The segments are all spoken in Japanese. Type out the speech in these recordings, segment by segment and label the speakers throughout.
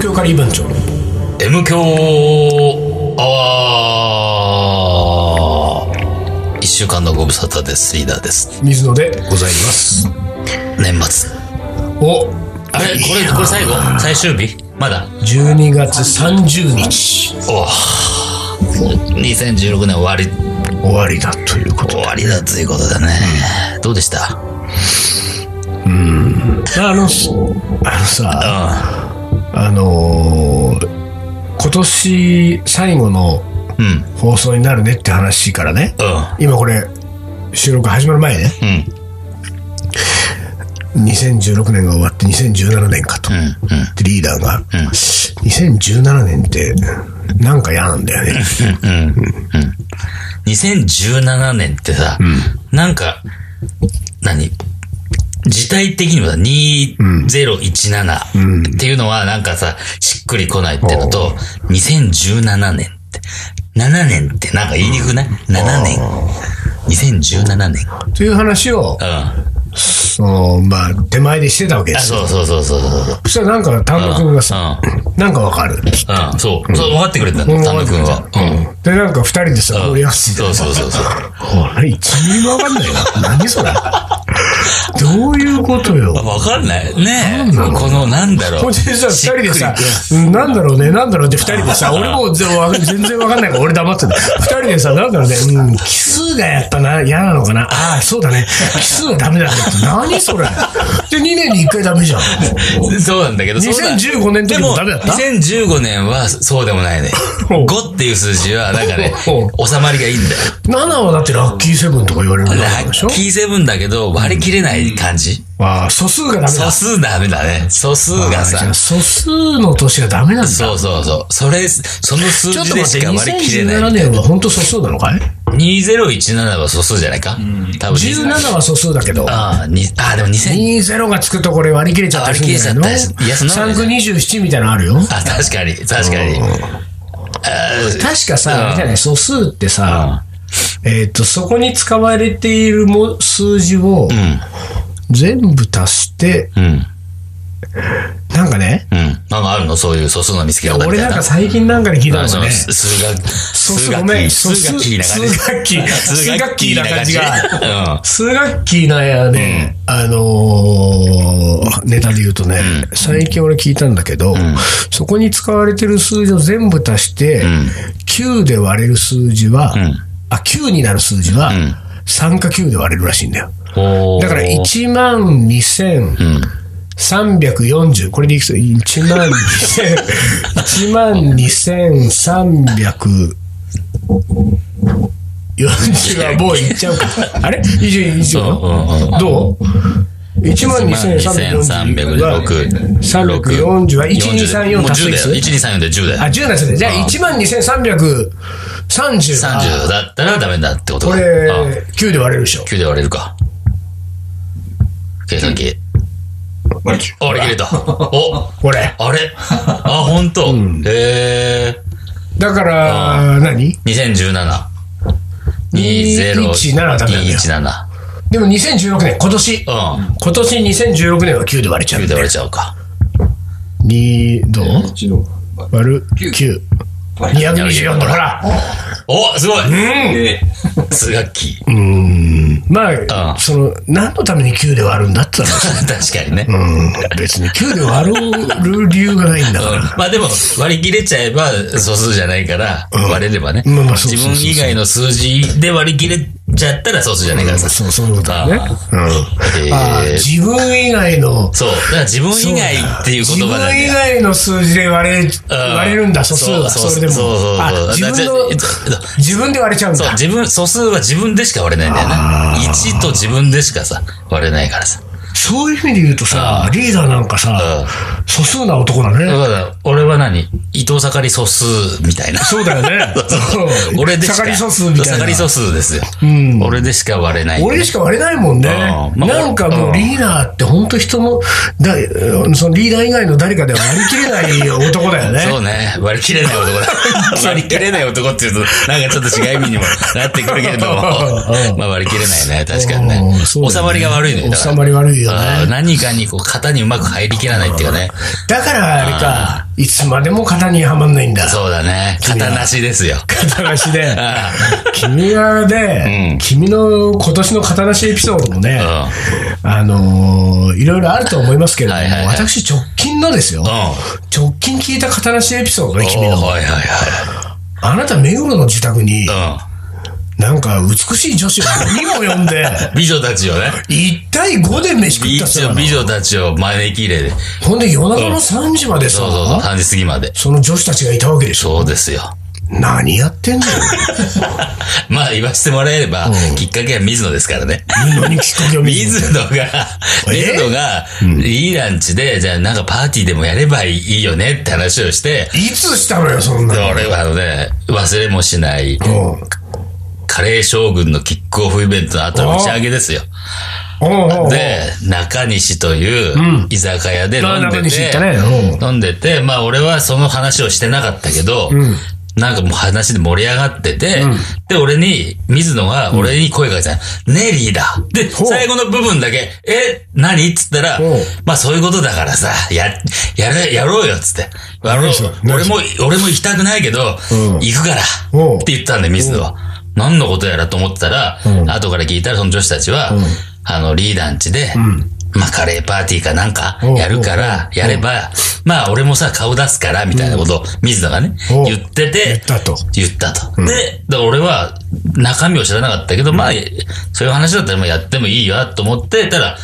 Speaker 1: 教カリー番長
Speaker 2: M 強アワー一週間のご無沙汰です。リーダーです。
Speaker 1: 水野でございます
Speaker 2: 年末。
Speaker 1: お
Speaker 2: あれこれ、これ最後最終日まだ
Speaker 1: 12月30日
Speaker 2: おー2016年終わり、
Speaker 1: 終わりだということ
Speaker 2: 終わりだということでね。どうでした
Speaker 1: あのすあのさ
Speaker 2: う
Speaker 1: あのー今年最後の
Speaker 2: ん。うん。
Speaker 1: 放送になるねって話からね
Speaker 2: う
Speaker 1: 今これ収録始まる前ね
Speaker 2: ん。うん。
Speaker 1: 2016年が終わって2017年かと、
Speaker 2: うん。うん。
Speaker 1: でリーダーが、2017年ってなんか嫌なんだよね
Speaker 2: うんうん2017年ってさ、なんか、何時代的にもさ、2017っていうのはなんかさ、しっくりこないってのと、2017年って、7年ってなんか言いにくくない ?7 年。2017年。
Speaker 1: という話を
Speaker 2: うん。あ、
Speaker 1: そのまあ手前でしてたわけですよ
Speaker 2: そうそうそうそうそう。
Speaker 1: そしたらなんか丹野くんがさ、なんかわかる
Speaker 2: うん、そう。そう、分かってくれたんだ、丹野くんは。うん。
Speaker 1: でなんか二人でさ盛り合わせて
Speaker 2: そうそうそうそう。
Speaker 1: これ一ミリもわかんないよ何それどういうことよ
Speaker 2: わかんない。ねえ。この、なんだろう。
Speaker 1: ほんでさ、二
Speaker 2: しっ
Speaker 1: 人
Speaker 2: くり
Speaker 1: でさ、うんなんだろうね、なんだろうって二人でさ、俺も全全然わかんないから俺黙ってた。二人でさ、なんだろうね、うん、奇数がやっぱな、嫌なのかな。ああ、そうだね。奇数はダメだねって。何それ。で、2年に1回ダメじゃん。
Speaker 2: そうなんだけど、そうだ
Speaker 1: 2015年の時もダメだった
Speaker 2: でも、2015年はそうでもないね。
Speaker 1: ほう
Speaker 2: 5っていう数字は、なんかね、
Speaker 1: ほう
Speaker 2: 収まりがいいんだよ。
Speaker 1: 7はだってラッキーセブンとか言われるん
Speaker 2: ラ
Speaker 1: でしょ
Speaker 2: ッキーセブンだけど、割り切れない感じ。
Speaker 1: ああ、素数がダメだ
Speaker 2: 素。数ダメだね。素数が
Speaker 1: あじゃ
Speaker 2: さ
Speaker 1: あ。素数の年がダメなんだ。ち
Speaker 2: そうそうそう。それ、その数
Speaker 1: ょっ
Speaker 2: 字
Speaker 1: と
Speaker 2: で
Speaker 1: 待
Speaker 2: し
Speaker 1: って、
Speaker 2: か割り切れな
Speaker 1: 2017
Speaker 2: い。
Speaker 1: 年は本当素数なのかい
Speaker 2: 2017は素数じゃないか多分。
Speaker 1: ?17 は素数だけど。
Speaker 2: ああ、にあ、でも2000、
Speaker 1: 20がつくとこれ割り切れちゃったりするんじゃない
Speaker 2: 割り切れちゃったりするいやそんなこと
Speaker 1: の
Speaker 2: ない
Speaker 1: ?3 区27みたいなのあるよ。
Speaker 2: あ、確かに、確かに。
Speaker 1: 確か
Speaker 2: うん
Speaker 1: さ、あれじゃない素数ってさ、えっと、そこに使われているも数字を全部足して、
Speaker 2: うん。うん。
Speaker 1: なんかね、
Speaker 2: うん。なんかあるのそういう素数の見つけ方みたいな。
Speaker 1: 俺なんか最近なんかで聞いた
Speaker 2: あ
Speaker 1: の
Speaker 2: そ
Speaker 1: が
Speaker 2: の
Speaker 1: ね、
Speaker 2: 数学、
Speaker 1: そう
Speaker 2: 数
Speaker 1: そう
Speaker 2: 学
Speaker 1: ごめん
Speaker 2: 期、
Speaker 1: そう
Speaker 2: 数学期な感じ。
Speaker 1: 数学期
Speaker 2: 数学期な
Speaker 1: 数学期な感
Speaker 2: 感じ
Speaker 1: じ
Speaker 2: が。
Speaker 1: 数学期なんやね、あのーネタで言うとね、最近俺聞いたんだけど、そこに使われてる数字を全部足して、9で割れる数字は、あ、9になる数字は、3か9で割れるらしいんだよ。
Speaker 2: うん。
Speaker 1: だから1万2000、
Speaker 2: うん。
Speaker 1: 340これでいくつ1万2000 1万2300 40はもういっちゃうか。あれ ?20、
Speaker 2: うんうん
Speaker 1: 20どう ?1 万2340は
Speaker 2: 2306
Speaker 1: 340は1234足すいく
Speaker 2: だよ。
Speaker 1: つ
Speaker 2: 1234で10だ
Speaker 1: あ、
Speaker 2: よ。
Speaker 1: 10なんですね。じゃあ1万2330。
Speaker 2: 30だったらダメだってこと
Speaker 1: こ
Speaker 2: か。あ
Speaker 1: れ、9で割れるでしょ。
Speaker 2: 9で割れるか。計算機。あ割り切れた。お
Speaker 1: これ。
Speaker 2: あれあ、ほんと。へえ。
Speaker 1: だから、何
Speaker 2: 2017。
Speaker 1: 217だったんだよ
Speaker 2: 20217。
Speaker 1: でも2016年、今年。
Speaker 2: うん。
Speaker 1: 今年2016年は9で割れちゃう
Speaker 2: 9で割れちゃうか。
Speaker 1: 2どう割る9 224だから
Speaker 2: おすごい
Speaker 3: え
Speaker 2: 数学期。
Speaker 1: うんまあ
Speaker 2: うん
Speaker 1: その何のために9で割るんだって言った
Speaker 2: 確かにね。 うん。
Speaker 1: らうん別に9で割る理由がないんだから
Speaker 2: まあでも、割り切れちゃえば素数じゃないから、割れればね。
Speaker 1: まあまあそう
Speaker 2: 自
Speaker 1: そうそう
Speaker 2: 分以外の数字で割り切れちゃったら素数じゃないからさ。
Speaker 1: そうそういうことだね
Speaker 2: あ
Speaker 1: うんあー
Speaker 2: えー
Speaker 1: 自分以外の
Speaker 2: そう。だから自分以外っていう
Speaker 1: 自
Speaker 2: 言葉な
Speaker 1: 分
Speaker 2: んだ
Speaker 1: 以
Speaker 2: よ。
Speaker 1: 外の数字で割れ
Speaker 2: うん
Speaker 1: 割れるんだ素数は
Speaker 2: そう
Speaker 1: それでも
Speaker 2: そうそうそう
Speaker 1: あ自分の
Speaker 2: だからちょ
Speaker 1: 自分で割れちゃうん
Speaker 2: そう、
Speaker 1: だ
Speaker 2: 自分、素数は自分でしか割れないんだよね。1と自分でしかさ、割れないからさ。
Speaker 1: そういう意味で言うとさリーダーなんかさ素数な男だね
Speaker 2: だから、俺は何伊藤盛り素数みたいな。
Speaker 1: そうだよね。うん
Speaker 2: 俺でしか。
Speaker 1: 盛り素数みたいな。
Speaker 2: 盛り素数ですよ。俺でしか割れない。
Speaker 1: 俺しか割れないもんね。
Speaker 2: うんまあ
Speaker 1: なんかもうリーダーって本当人の、だそのリーダー以外の誰かでは割り切れない男だよね。
Speaker 2: そうね。割り切れない 男だ。割り切れない男っていうと、なんかちょっと違い意味にも なってくるけれど も。まあ割り切れないね。確かにね
Speaker 1: うん。そうだ
Speaker 2: 収まりが悪いのよ。だから
Speaker 1: 収まり悪いよね
Speaker 2: あー何かにこう、型にうまく入りきらないっていうかね。
Speaker 1: だからあれか、いつまでも型にはまんないんだ。
Speaker 2: そうだね。型なしですよ。
Speaker 1: 型なし で。君がね、君の今年の型なしエピソードもね、あのーいろいろあると思いますけれども、
Speaker 2: はいはいはい
Speaker 1: 私直近のですよ、直近聞いた型なしエピソードね、君
Speaker 2: おー
Speaker 1: の。
Speaker 2: はいはい
Speaker 1: あなた、目黒の自宅に、
Speaker 2: は
Speaker 1: なんか美しい女子を4人も呼んで、
Speaker 2: い。うん。美女たちをね。
Speaker 1: 1対5で飯食った
Speaker 2: 一
Speaker 1: さ
Speaker 2: 応。美女たちを招き入れで。
Speaker 1: ほんで夜中の3時までさ、
Speaker 2: そうそうそう、3時過ぎまで。
Speaker 1: その女子たちがいたわけでしょ。
Speaker 2: そうですよ。
Speaker 1: 何やってんのよ。
Speaker 2: まあ言わせてもらえれば、きっかけは水野ですからね。
Speaker 1: 何きっかけを見る
Speaker 2: 水野が、水野が、いいランチで、じゃあなんかパーティーでもやればいいよねって話をして、
Speaker 1: いつしたのよ、そんな
Speaker 2: で
Speaker 1: の。
Speaker 2: 俺はあのね、忘れもしない、
Speaker 1: おうん。
Speaker 2: カレー将軍のキックオフイベントの後の打ち上げですよ。
Speaker 1: おうおうおう
Speaker 2: で、中西という居酒屋で飲
Speaker 1: あ
Speaker 2: ん
Speaker 1: 中
Speaker 2: で、
Speaker 1: 西行ってたね
Speaker 2: 飲んでて、まあ俺はその話をしてなかったけど、なんかもう話で盛り上がってて、で、俺に、水野が俺に声がけた、ネリーだで、
Speaker 1: ほう
Speaker 2: 最後の部分だけ、え、何っつったら
Speaker 1: ほう、
Speaker 2: まあそういうことだからさ、や、やれ、やろうよっつって。やろう
Speaker 1: 何それ
Speaker 2: 俺
Speaker 1: 何そ
Speaker 2: も、俺も行きたくないけど、
Speaker 1: うん
Speaker 2: 行くから
Speaker 1: おう、
Speaker 2: って言ったんで、水野は。何のことやらと思ってたら、後から聞いたらその女子たちは、あの、リーダンチで、まあ、カレーパーティーかなんか
Speaker 1: おう
Speaker 2: やるから、やれば、まあ、俺もさ、顔出すから、みたいなことを、水野がね、
Speaker 1: おう
Speaker 2: 言ってて、
Speaker 1: 言ったと
Speaker 2: 言ったと。で、だから俺は、中身を知らなかったけど、まあ、そういう話だったらまあやってもいいよなと思ってたら、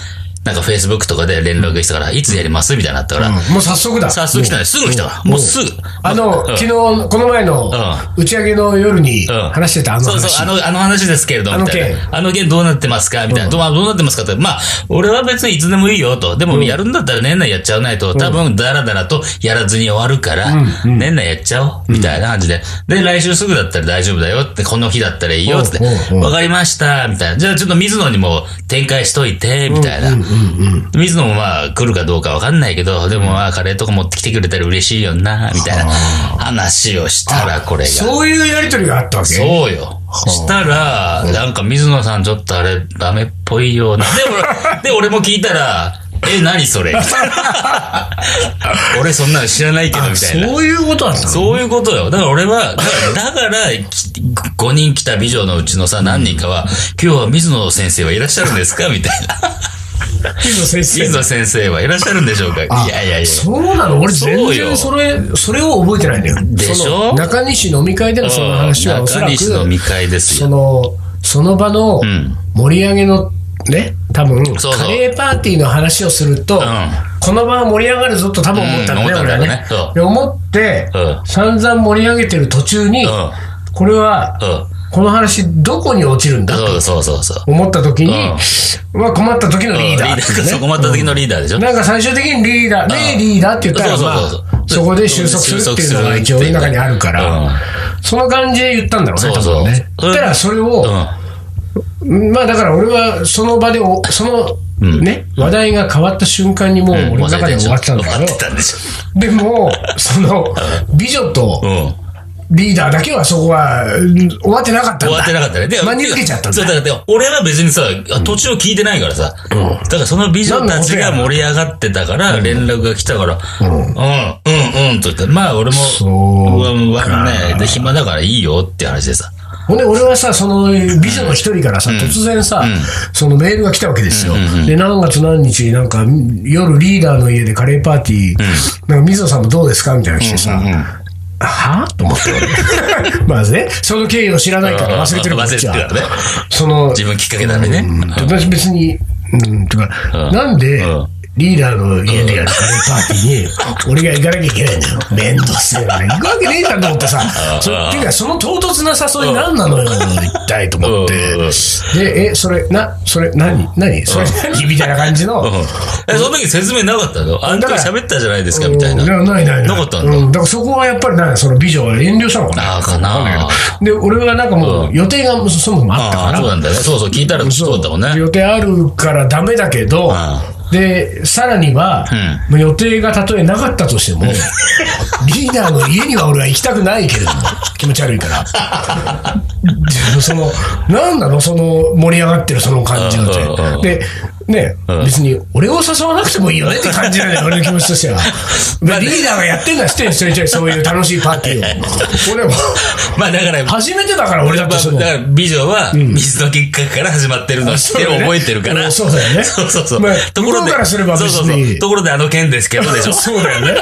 Speaker 2: なんか Facebook とかで連絡したから、いつやりますみたいになったから、
Speaker 1: うんもう早速だ。
Speaker 2: 早速来たね。すぐ来たから。もうすぐ。
Speaker 1: あ
Speaker 2: う
Speaker 1: の、
Speaker 2: ん
Speaker 1: 昨日、この前の
Speaker 2: ん
Speaker 1: 打ち上げの夜に
Speaker 2: うん
Speaker 1: 話してたあの
Speaker 2: そうそう、あ
Speaker 1: 話。
Speaker 2: の、あの話ですけれども、
Speaker 1: あの
Speaker 2: みたいな。あの件どうなってますかみたいな。どうどうなってますかって。まあ、俺は別にいつでもいいよと。でも、やるんだったら年内やっちゃわないと、多分、だらだらとやらずに終わるから、年内やっちゃおう。みたいな感じで。で、来週すぐだったら大丈夫だよって、この日だったらいいよって
Speaker 1: うんうんう。ん
Speaker 2: わかりました。みたいな。じゃあ、ちょっと水野にも展開しといて、みたいな。水野もまあ来るかどうかわかんないけど、でもまあカレーとか持ってきてくれたら嬉しいよな、みたいな話をしたらこれが。
Speaker 1: そういうやりとりがあったわけ。
Speaker 2: そうよ。したら、なんか水野さんちょっとあれ、ダメっぽいような。 で、俺で、俺も聞いたら、え、何それみたいな俺そんなの知らないけど、みたいな。
Speaker 1: そういうことだったの
Speaker 2: そういうことよ。だから俺は、だから、だから5人来た美女のうちのさ、何人かは、今日は水野先生はいらっしゃるんですかみたいな。
Speaker 1: 水野先
Speaker 2: 水
Speaker 1: 生。
Speaker 2: 野先生はいらっしゃるんでしょうかいやいやいや。
Speaker 1: そうなの俺全
Speaker 2: そうよ
Speaker 1: 然それ、それを覚えてないんだよ。
Speaker 2: でしょ
Speaker 1: その中西飲み会でのその話はおそら
Speaker 2: 中
Speaker 1: く、
Speaker 2: 西の見会です
Speaker 1: そ
Speaker 2: よ。
Speaker 1: の、その場の
Speaker 2: ん
Speaker 1: 盛り上げの、ね、多分
Speaker 2: そう
Speaker 1: カレーパーティーの話をすると、この場は盛り上がるぞと多分思ったんだね、
Speaker 2: うん思ったん
Speaker 1: 俺
Speaker 2: だ
Speaker 1: は
Speaker 2: よね
Speaker 1: ね
Speaker 2: そう。
Speaker 1: で思って、
Speaker 2: うん
Speaker 1: 散々盛り上げてる途中に、
Speaker 2: ん
Speaker 1: これは、
Speaker 2: うん。
Speaker 1: この話どこに落ちるんだと
Speaker 2: そうそうそうそう。
Speaker 1: 思った時に、
Speaker 2: う
Speaker 1: まあ困った時のリーダー
Speaker 2: リ
Speaker 1: っていうね
Speaker 2: そこまった時のリーダーでしょ、
Speaker 1: なんか最終的にリーダー、ね
Speaker 2: うん
Speaker 1: リーダーって言ったら、
Speaker 2: そう
Speaker 1: ま
Speaker 2: そう
Speaker 1: あ
Speaker 2: そう、そう
Speaker 1: そこで収束するっていうのが一応世の中にあるから、その感じで言ったんだろうね、
Speaker 2: そう
Speaker 1: 多
Speaker 2: そう
Speaker 1: 分ね。
Speaker 2: それ
Speaker 1: だからそれを
Speaker 2: うん、
Speaker 1: まあだから俺はその場でお、その、ね、話題が変わった瞬間にもう俺の中で終わってたんだ
Speaker 2: 終わって
Speaker 1: け
Speaker 2: たんでしょ
Speaker 1: ど、でも、その、美女
Speaker 2: う
Speaker 1: と
Speaker 2: ん。
Speaker 1: リーダーだけはそこはうん終わってなかったんだ。
Speaker 2: 終わってなかったね。で
Speaker 1: 真に受けちゃったん
Speaker 2: そう、
Speaker 1: だ。
Speaker 2: だからでも俺は別にさ、途中聞いてないからさ。だからその美女たちが盛り上がってたから、連絡が来たから、うん、うん、うん、と言って、まあ俺も、
Speaker 1: そうか
Speaker 2: うん、わね、で、暇だからいいよって話でさ。
Speaker 1: ほんで、俺はさ、その美女の一人からさ、突然さ、そのメールが来たわけですよ。で、何月何日、なんか、夜リーダーの家でカレーパーティー、なんか、水野さんもどうですかみたいなの来てさ、はぁと思って俺 まあね、その経緯を知らないから忘れてるから、
Speaker 2: 忘れてるからね
Speaker 1: こっちはその、
Speaker 2: 自分きっかけだね。
Speaker 1: 私別に、うん、とか、
Speaker 2: うん
Speaker 1: なんで
Speaker 2: うん、
Speaker 1: リーダーの家でやるカレーパーテ ィーに、俺が行かなきゃいけないんだよ。めんどくせえな。行くわけねえじゃんと思 ってさ、そっていうか、その唐突な誘い何なのよ、一体と思って
Speaker 2: うんうん。
Speaker 1: で、え、それ、な、それ、何何それ何みたいな感じの。
Speaker 2: うん。え、その時説明なかったのあん時喋ったじゃないですか、みたいな。
Speaker 1: うんやないないない。
Speaker 2: なかったんだ
Speaker 1: うんだからそこはやっぱりなんだその美女は遠慮したのかな。
Speaker 2: ああ、かな
Speaker 1: で、俺はなんかもう予定がそもそもあったか
Speaker 2: ああ、
Speaker 1: ら
Speaker 2: そう、なんだよね。そうそう、聞いたらそうだったもんね。
Speaker 1: 予定あるからダメだけど、で、さらには、もう予定がたとえなかったとしても、リーダーの家には俺は行きたくないけれども、 気持ち悪いから。でその、なんなのその盛り上がってるその感じの
Speaker 2: うんうんうん
Speaker 1: で、ね、別に俺を誘わなくてもいいよねって感じなんだよ、俺の気持ちとして は。リーダーがやってんだしてんすよ、じゃそういう楽しいパーティーを。俺も、
Speaker 2: まあだから、
Speaker 1: 初めてだから俺だってその
Speaker 2: だから美女は水の結果から始まってるのを知って
Speaker 1: そうだね
Speaker 2: 覚えてるから。
Speaker 1: そうだよね
Speaker 2: そうそうそう
Speaker 1: まあ。向こうからすれば別
Speaker 2: そう
Speaker 1: に
Speaker 2: そうそう。ところであの件ですけどでし ょ。
Speaker 1: そうだよね。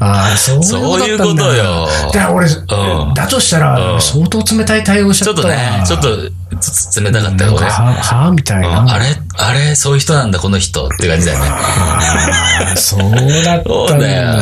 Speaker 1: ああ、そういうことだ
Speaker 2: そういうことよ
Speaker 1: だから俺、
Speaker 2: ん
Speaker 1: だとしたら、相当冷たい対応しち
Speaker 2: ち
Speaker 1: ゃ
Speaker 2: ょ
Speaker 1: っ
Speaker 2: ったとね、ちょっとつつ冷たかったよ
Speaker 1: なんか
Speaker 2: ね。
Speaker 1: は、はみたいな。
Speaker 2: あれあれそういう人なんだ、この人って感じだよね。
Speaker 1: あそうだった
Speaker 2: そうんだよ
Speaker 1: だ。。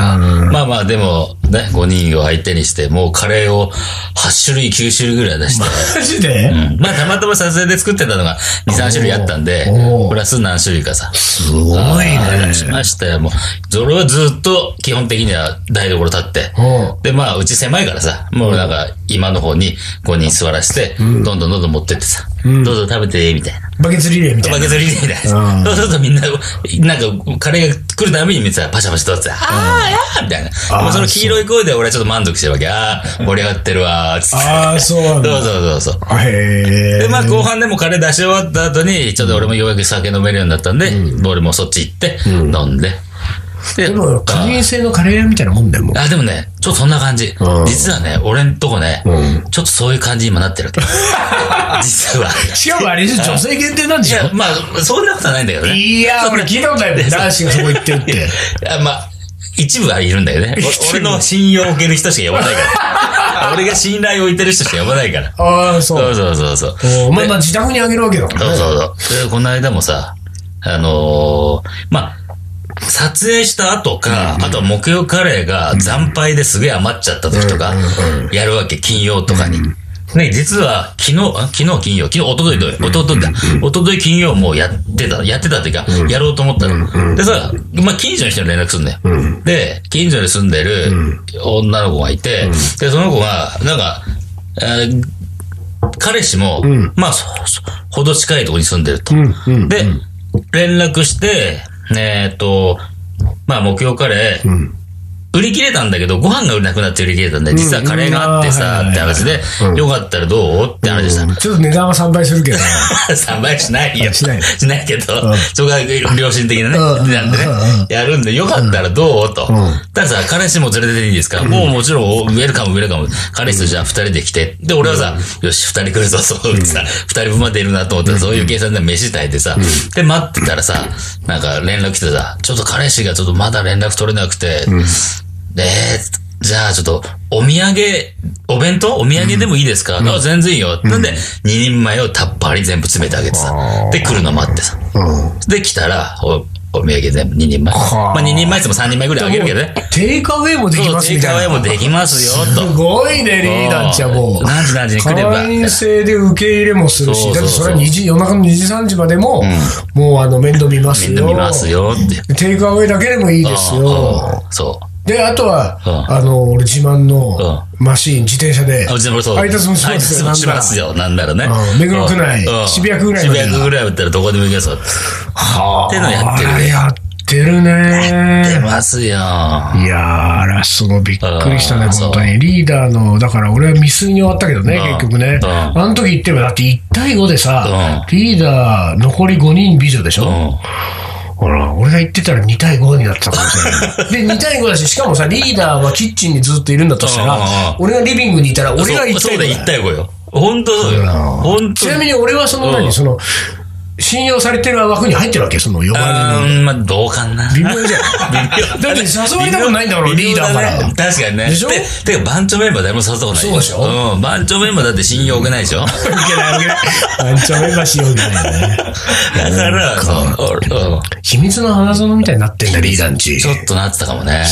Speaker 2: まあまあ、でも、ね、5人を相手にして、もうカレーを8種類、9種類ぐらい出して。
Speaker 1: マジで、
Speaker 2: まあ、たまたま撮影で作ってたのが2、3種類あったんで
Speaker 1: おー、
Speaker 2: プラス何種類かさ。す
Speaker 1: すごいね。
Speaker 2: しましたよ、もう。それはずっと、基本的には台所立って。
Speaker 1: おう
Speaker 2: で、まあ、うち狭いからさ、もうなんか、今の方に5人座らして、どんどんどんどん持ってってさ、どうぞ食べて、みたいな。
Speaker 1: バケツリレーみたい
Speaker 2: バ
Speaker 1: な。
Speaker 2: ケツリレーみたい
Speaker 1: うん
Speaker 2: な。そうするとみんな、なんか、カレーが来るたびにさ、パシャパシャとってさ、あー、あーみたいな。
Speaker 1: ー
Speaker 2: もうその黄色い声で俺はちょっと満足してるわけ。あー、盛り上がってるわー、つって。
Speaker 1: ああ、そうなん
Speaker 2: そ
Speaker 1: だ。
Speaker 2: うそうそうそう。
Speaker 1: へえ。
Speaker 2: で、まあ、後半でもカレー出し終わった後に、ちょっと俺もようやく酒飲めるようになったんで、俺もそっち行って、飲んで。で
Speaker 1: でも、会員制のカレー屋みたいなもんだよ、もう。
Speaker 2: あ、でもね、ちょっとそんな感じ
Speaker 1: うん。
Speaker 2: 実はね、俺んとこね、ちょっとそういう感じに今なってるわけ。 実は。
Speaker 1: しかもあれでしょ女性限定なんで
Speaker 2: い
Speaker 1: しょ
Speaker 2: や、 まあ、そんなことはないんだけどね。
Speaker 1: いや、俺聞いたことないもん。男子がそこ行ってる って。
Speaker 2: あまあ、一部はいるんだよ ね。お俺の信用を受ける人しか呼ばない から。俺が信頼を置いてる人しか呼ばないから。
Speaker 1: ああ、そ
Speaker 2: そうう。そうそうそう。
Speaker 1: お前、まあ自宅にあげるわけだもんね。
Speaker 2: そうそうそう。で、この間もさ、あのーまあ、撮影した後か、あとは木曜カレーが惨敗ですげえ余っちゃった時とか、やるわけ、金曜とかに。ね、実は、昨日、あ昨日金曜、昨日、一昨日と、一昨日だ、一昨日金曜もうやってた、やってたっていうか、やろうと思ったの。でさ、まあ、近所の人に連絡するんだよ。で、近所に住んでる女の子がいて、で、その子が、なんか、あー彼氏も、まあ、そそほど近いところに住んでると。
Speaker 1: うん、うん。
Speaker 2: で、連絡して、えっ、と、まあ、木曜カレー、
Speaker 1: ん
Speaker 2: 売り切れたんだけど、ご飯が売れなくなって売り切れたんで、実はカレーがあって
Speaker 1: うん
Speaker 2: さ、
Speaker 1: うん
Speaker 2: って話で、よかったらどうって話でした。
Speaker 1: ちょっと値段は3倍するけど。
Speaker 2: 3倍しないよ。
Speaker 1: しない
Speaker 2: しないけど、そこが良心的なね、
Speaker 1: うん
Speaker 2: なんでね
Speaker 1: うんうん、
Speaker 2: やるんで、よかったらどうと。たださ、彼氏も連れてていいですかもうもちろん、ウェルカム、ウェルカム。彼氏とじゃあ2人で来て。で、俺はさ、よし、2人来るぞ、そうってさ、2人分までいるなと思ったら、そういう計算で飯炊いてさ、で、待ってたらさ、なんか連絡来てさ、ちょっと彼氏がちょっとまだ連絡取れなくて、で、じゃあちょっと、お土産、お弁当お土産でもいいですか、あ全然いいよ。なんで、2人前をタッパーに全部詰めてあげてさ。で、来るの待ってさ。
Speaker 1: うん。
Speaker 2: で、来たら、お、お土産全部2人前。
Speaker 1: はあ
Speaker 2: まあ2人前っても3人前ぐらいあげるけどね。
Speaker 1: テイクアウェイもでき
Speaker 2: そう、
Speaker 1: ます
Speaker 2: テイ
Speaker 1: み
Speaker 2: クアウ
Speaker 1: た
Speaker 2: ェ
Speaker 1: い
Speaker 2: イ
Speaker 1: な。
Speaker 2: もできますよ、と。
Speaker 1: すごいね、リーダーちゃもう。
Speaker 2: 何時何時に来れば。
Speaker 1: 会員制で受け入れもするし、
Speaker 2: そうそうそう
Speaker 1: だってそれは2時、夜中の2時3時までも、もうあの、面倒見ます
Speaker 2: みんな
Speaker 1: よ。
Speaker 2: 見ます。よ、って。
Speaker 1: テイクアウェイだけでもいいですよ。
Speaker 2: うんそう。
Speaker 1: で、あとは、
Speaker 2: うん
Speaker 1: あの、俺自慢のマシーン、自転車で、
Speaker 2: あうちの俺そう。
Speaker 1: 配達もし
Speaker 2: 配
Speaker 1: ます
Speaker 2: 達
Speaker 1: よ。
Speaker 2: もしますよ。なんだろうね
Speaker 1: うん。目黒区内
Speaker 2: うん
Speaker 1: 渋谷区ぐらいま
Speaker 2: 渋
Speaker 1: でだ
Speaker 2: 谷区ぐらいだったらどこでも行けそう。
Speaker 1: はあ
Speaker 2: ってのやってるね
Speaker 1: やってるね。
Speaker 2: 出ますよ。
Speaker 1: いやー、あら、そのびっくりしたね、
Speaker 2: うん
Speaker 1: 本当に。リーダーの、だから俺は未遂に終わったけどね、
Speaker 2: うん
Speaker 1: 結局ね。
Speaker 2: うん
Speaker 1: あの時言っても、だって1対5でさ、リーダー残り5人美女でし
Speaker 2: う
Speaker 1: ょ。
Speaker 2: ん。
Speaker 1: ほら、俺が言ってたら2対5になってたからさ。 で、2対5だし、しかもさ、リーダーはキッチンにずっといるんだとした
Speaker 2: うんうんうん
Speaker 1: ら、俺がリビングにいたら、俺が1
Speaker 2: そうそ
Speaker 1: 対
Speaker 2: うだ、
Speaker 1: 5
Speaker 2: 一。対5よ。本当そうよ。本当
Speaker 1: ちなみ
Speaker 2: に。
Speaker 1: に俺はその何、
Speaker 2: うん
Speaker 1: その、信用されてる枠に入ってるわけその呼ばれる。
Speaker 2: あー、まあ、どうかな。
Speaker 1: 微 妙じゃん。だって誘われたことないんだろ
Speaker 2: 微妙
Speaker 1: リーダーから
Speaker 2: 微妙だね確かにね。
Speaker 1: でしょ
Speaker 2: てか、番長メンバー誰も誘ったことないよ。
Speaker 1: そうでしょ
Speaker 2: うん。番長メンバーだって信用受けないでしょ
Speaker 1: 番長メンバーしようみたいなね。
Speaker 2: だから、そううん
Speaker 1: 秘密の花園みたいになってんだ、リーダーんち。
Speaker 2: ちょっとなってたかもね。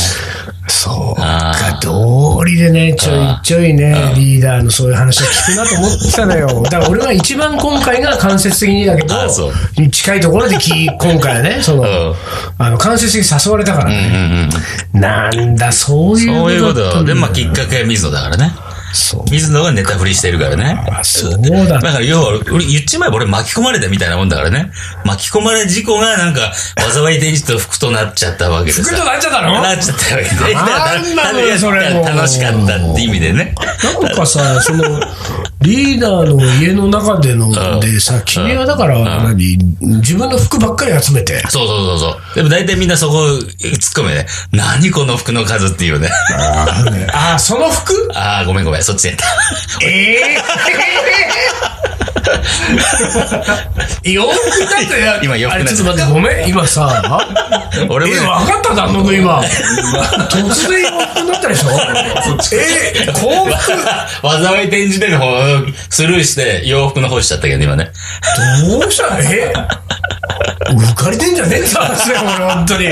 Speaker 1: そう
Speaker 2: あ
Speaker 1: か、道理でね、ちょいちょいね、リーダーのそういう話を聞くなと思ってたのよ。だから俺は一番今回が間接的にだけど
Speaker 2: あそ、
Speaker 1: 近いところで聞い今回はね、その
Speaker 2: うん、
Speaker 1: あの、間接的に誘われたから
Speaker 2: うん
Speaker 1: ね。
Speaker 2: うんうん。
Speaker 1: なんだ、そう
Speaker 2: そ
Speaker 1: い
Speaker 2: ういうう
Speaker 1: こ
Speaker 2: こと
Speaker 1: だった
Speaker 2: と。
Speaker 1: んだ
Speaker 2: で、まあ、きっかけは水野だからね。
Speaker 1: そう
Speaker 2: 水野がネタ振りしてるからね。
Speaker 1: あそうだ
Speaker 2: だから要は、俺言っちまえば俺巻き込まれたみたいなもんだからね。巻き込まれ事故がなんか、災い天使と福となっちゃったわけでさ。
Speaker 1: 福となっちゃったの
Speaker 2: なっちゃったわけで。
Speaker 1: なんなのよ
Speaker 2: だから
Speaker 1: それもう
Speaker 2: 楽しかったって意味でね。
Speaker 1: なんかさ、その、リーダーの家の中での、でさ、君はだから、何、自分の服ばっかり集めて。
Speaker 2: そうそうそうそう。でも大体みんなそこ、突っ込めね。何この服の数っていうね。
Speaker 1: あ、その服
Speaker 2: ああ、ごめんごめん、そっちやった。
Speaker 1: ええ 洋服だって、
Speaker 2: 今洋服
Speaker 1: あれ
Speaker 2: なん
Speaker 1: ちょ
Speaker 2: で
Speaker 1: っと
Speaker 2: す
Speaker 1: 待って、ごめん、今さ、
Speaker 2: 俺も
Speaker 1: え、
Speaker 2: ね
Speaker 1: 分かった、旦那君今。突然洋服になったでしょ えー、幸福
Speaker 2: 災い転じてる方スルーして洋服の方しちゃったけど、今ね。
Speaker 1: どうしたえ浮かれてんじゃねえって話だよ、俺、本当に。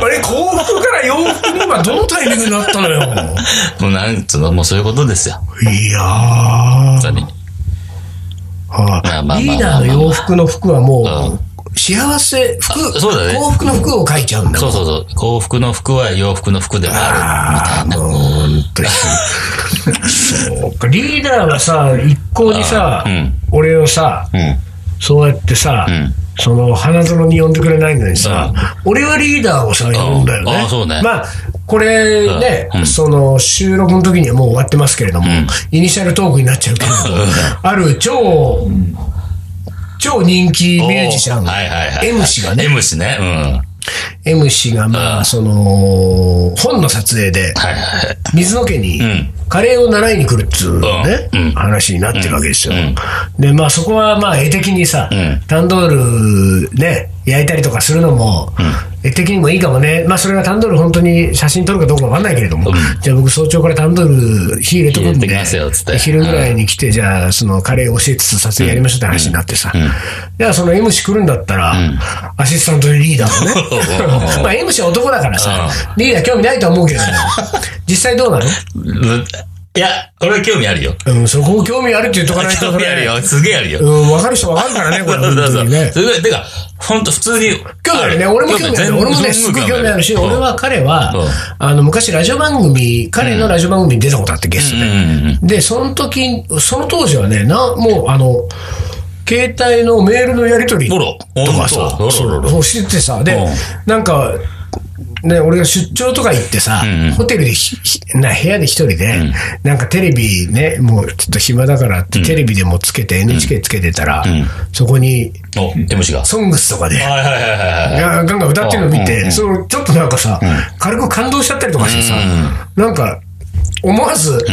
Speaker 1: 俺、幸福から洋服に今、どのタイミングになったのよ。
Speaker 2: もうなんつうの、もうそういうことですよ。
Speaker 1: いやー。
Speaker 2: 本当に。まあまあまあまあ
Speaker 1: リーダーの洋服の服はもう、幸せ、服、
Speaker 2: あそうだね
Speaker 1: 幸福の服を書いちゃうんだ
Speaker 2: そうそうそう。幸福の服は洋服の服でもある。みたいな。
Speaker 1: もう本当 にそうかリーダーがさ、一向にさ、
Speaker 2: あーうん
Speaker 1: 俺をさ、
Speaker 2: うん。
Speaker 1: そうやってさ、
Speaker 2: ん
Speaker 1: その花園に呼んでくれないのにさ、俺はリーダーをさ、呼ぶんだよね。
Speaker 2: あーそうね
Speaker 1: まあ、これね、
Speaker 2: うん
Speaker 1: その収録の時にはもう終わってますけれども、
Speaker 2: ん
Speaker 1: イニシャルトークになっちゃうけれども、ある超、超人気ミュージシャン、
Speaker 2: はいはいはい。
Speaker 1: M 氏がね、
Speaker 2: M 氏ね。うん。
Speaker 1: M 氏がまあ、その、本の撮影で、
Speaker 2: はいはいはい。
Speaker 1: 水野家に
Speaker 2: ん
Speaker 1: カレーを習いに来るっつうね、
Speaker 2: うんうん
Speaker 1: 話になってるわけですよ。
Speaker 2: うん
Speaker 1: で、まあそこはまあ絵的にさ、
Speaker 2: うん
Speaker 1: タンドールね、焼いたりとかするのも、絵的にもいいかもね。まあそれがタンドール本当に写真撮るかどうかわかんないけれども、じゃあ僕早朝からタンドール火入れとくん
Speaker 2: 入れてきますよっつって、
Speaker 1: で、昼ぐらいに来て、じゃあそのカレーを教えつつ撮影やりましょうって話になってさ、じゃあその M 氏来るんだったら、アシスタントにリーダーをね まあ M 氏は男だからさ、リーダー興味ないとは思うけども、 実際どうなの
Speaker 2: うん いや、俺は興味あるよ。
Speaker 1: うん、そこ興味あるって言っとかないと、
Speaker 2: 興
Speaker 1: そ
Speaker 2: 味ある
Speaker 1: れ。
Speaker 2: よ。すげえあるよ。
Speaker 1: うん、わかる人わかるからね、これ。
Speaker 2: そ
Speaker 1: 本
Speaker 2: うそ
Speaker 1: 当
Speaker 2: う
Speaker 1: にね。
Speaker 2: すごい、てか、ほんと普通に。
Speaker 1: 興味あるね。俺も興味ある。俺もね、すごい興味あるし、俺。は彼は
Speaker 2: うん、
Speaker 1: あの、昔ラジオ番組、彼のラジオ番組に出たことあって、ゲスト
Speaker 2: うん
Speaker 1: で。
Speaker 2: うんうん。
Speaker 1: で、その時、その当時はね、な、もう、あの、携帯のメールのやり取り
Speaker 2: あ
Speaker 1: と
Speaker 2: ら
Speaker 1: かさ
Speaker 2: あ、ら
Speaker 1: そ
Speaker 2: あらあ
Speaker 1: う
Speaker 2: ら
Speaker 1: そうしててさ、で
Speaker 2: うん、
Speaker 1: なんか、ね、俺が出張とか行ってさ、
Speaker 2: んうん
Speaker 1: ホテルでひひな、部屋で一人で、なんかテレビね、もうちょっと暇だからって、テレビでもつけて、NHK つけてたら、そこに、
Speaker 2: お、MC が。
Speaker 1: ソングスとかで、
Speaker 2: はいはいはいはいはい。
Speaker 1: ガンガン歌ってるの見
Speaker 2: うんうんう
Speaker 1: て、
Speaker 2: ん
Speaker 1: そのちょっとなんかさ、軽く感動しちゃったりとかしてさ、なんか、思わず、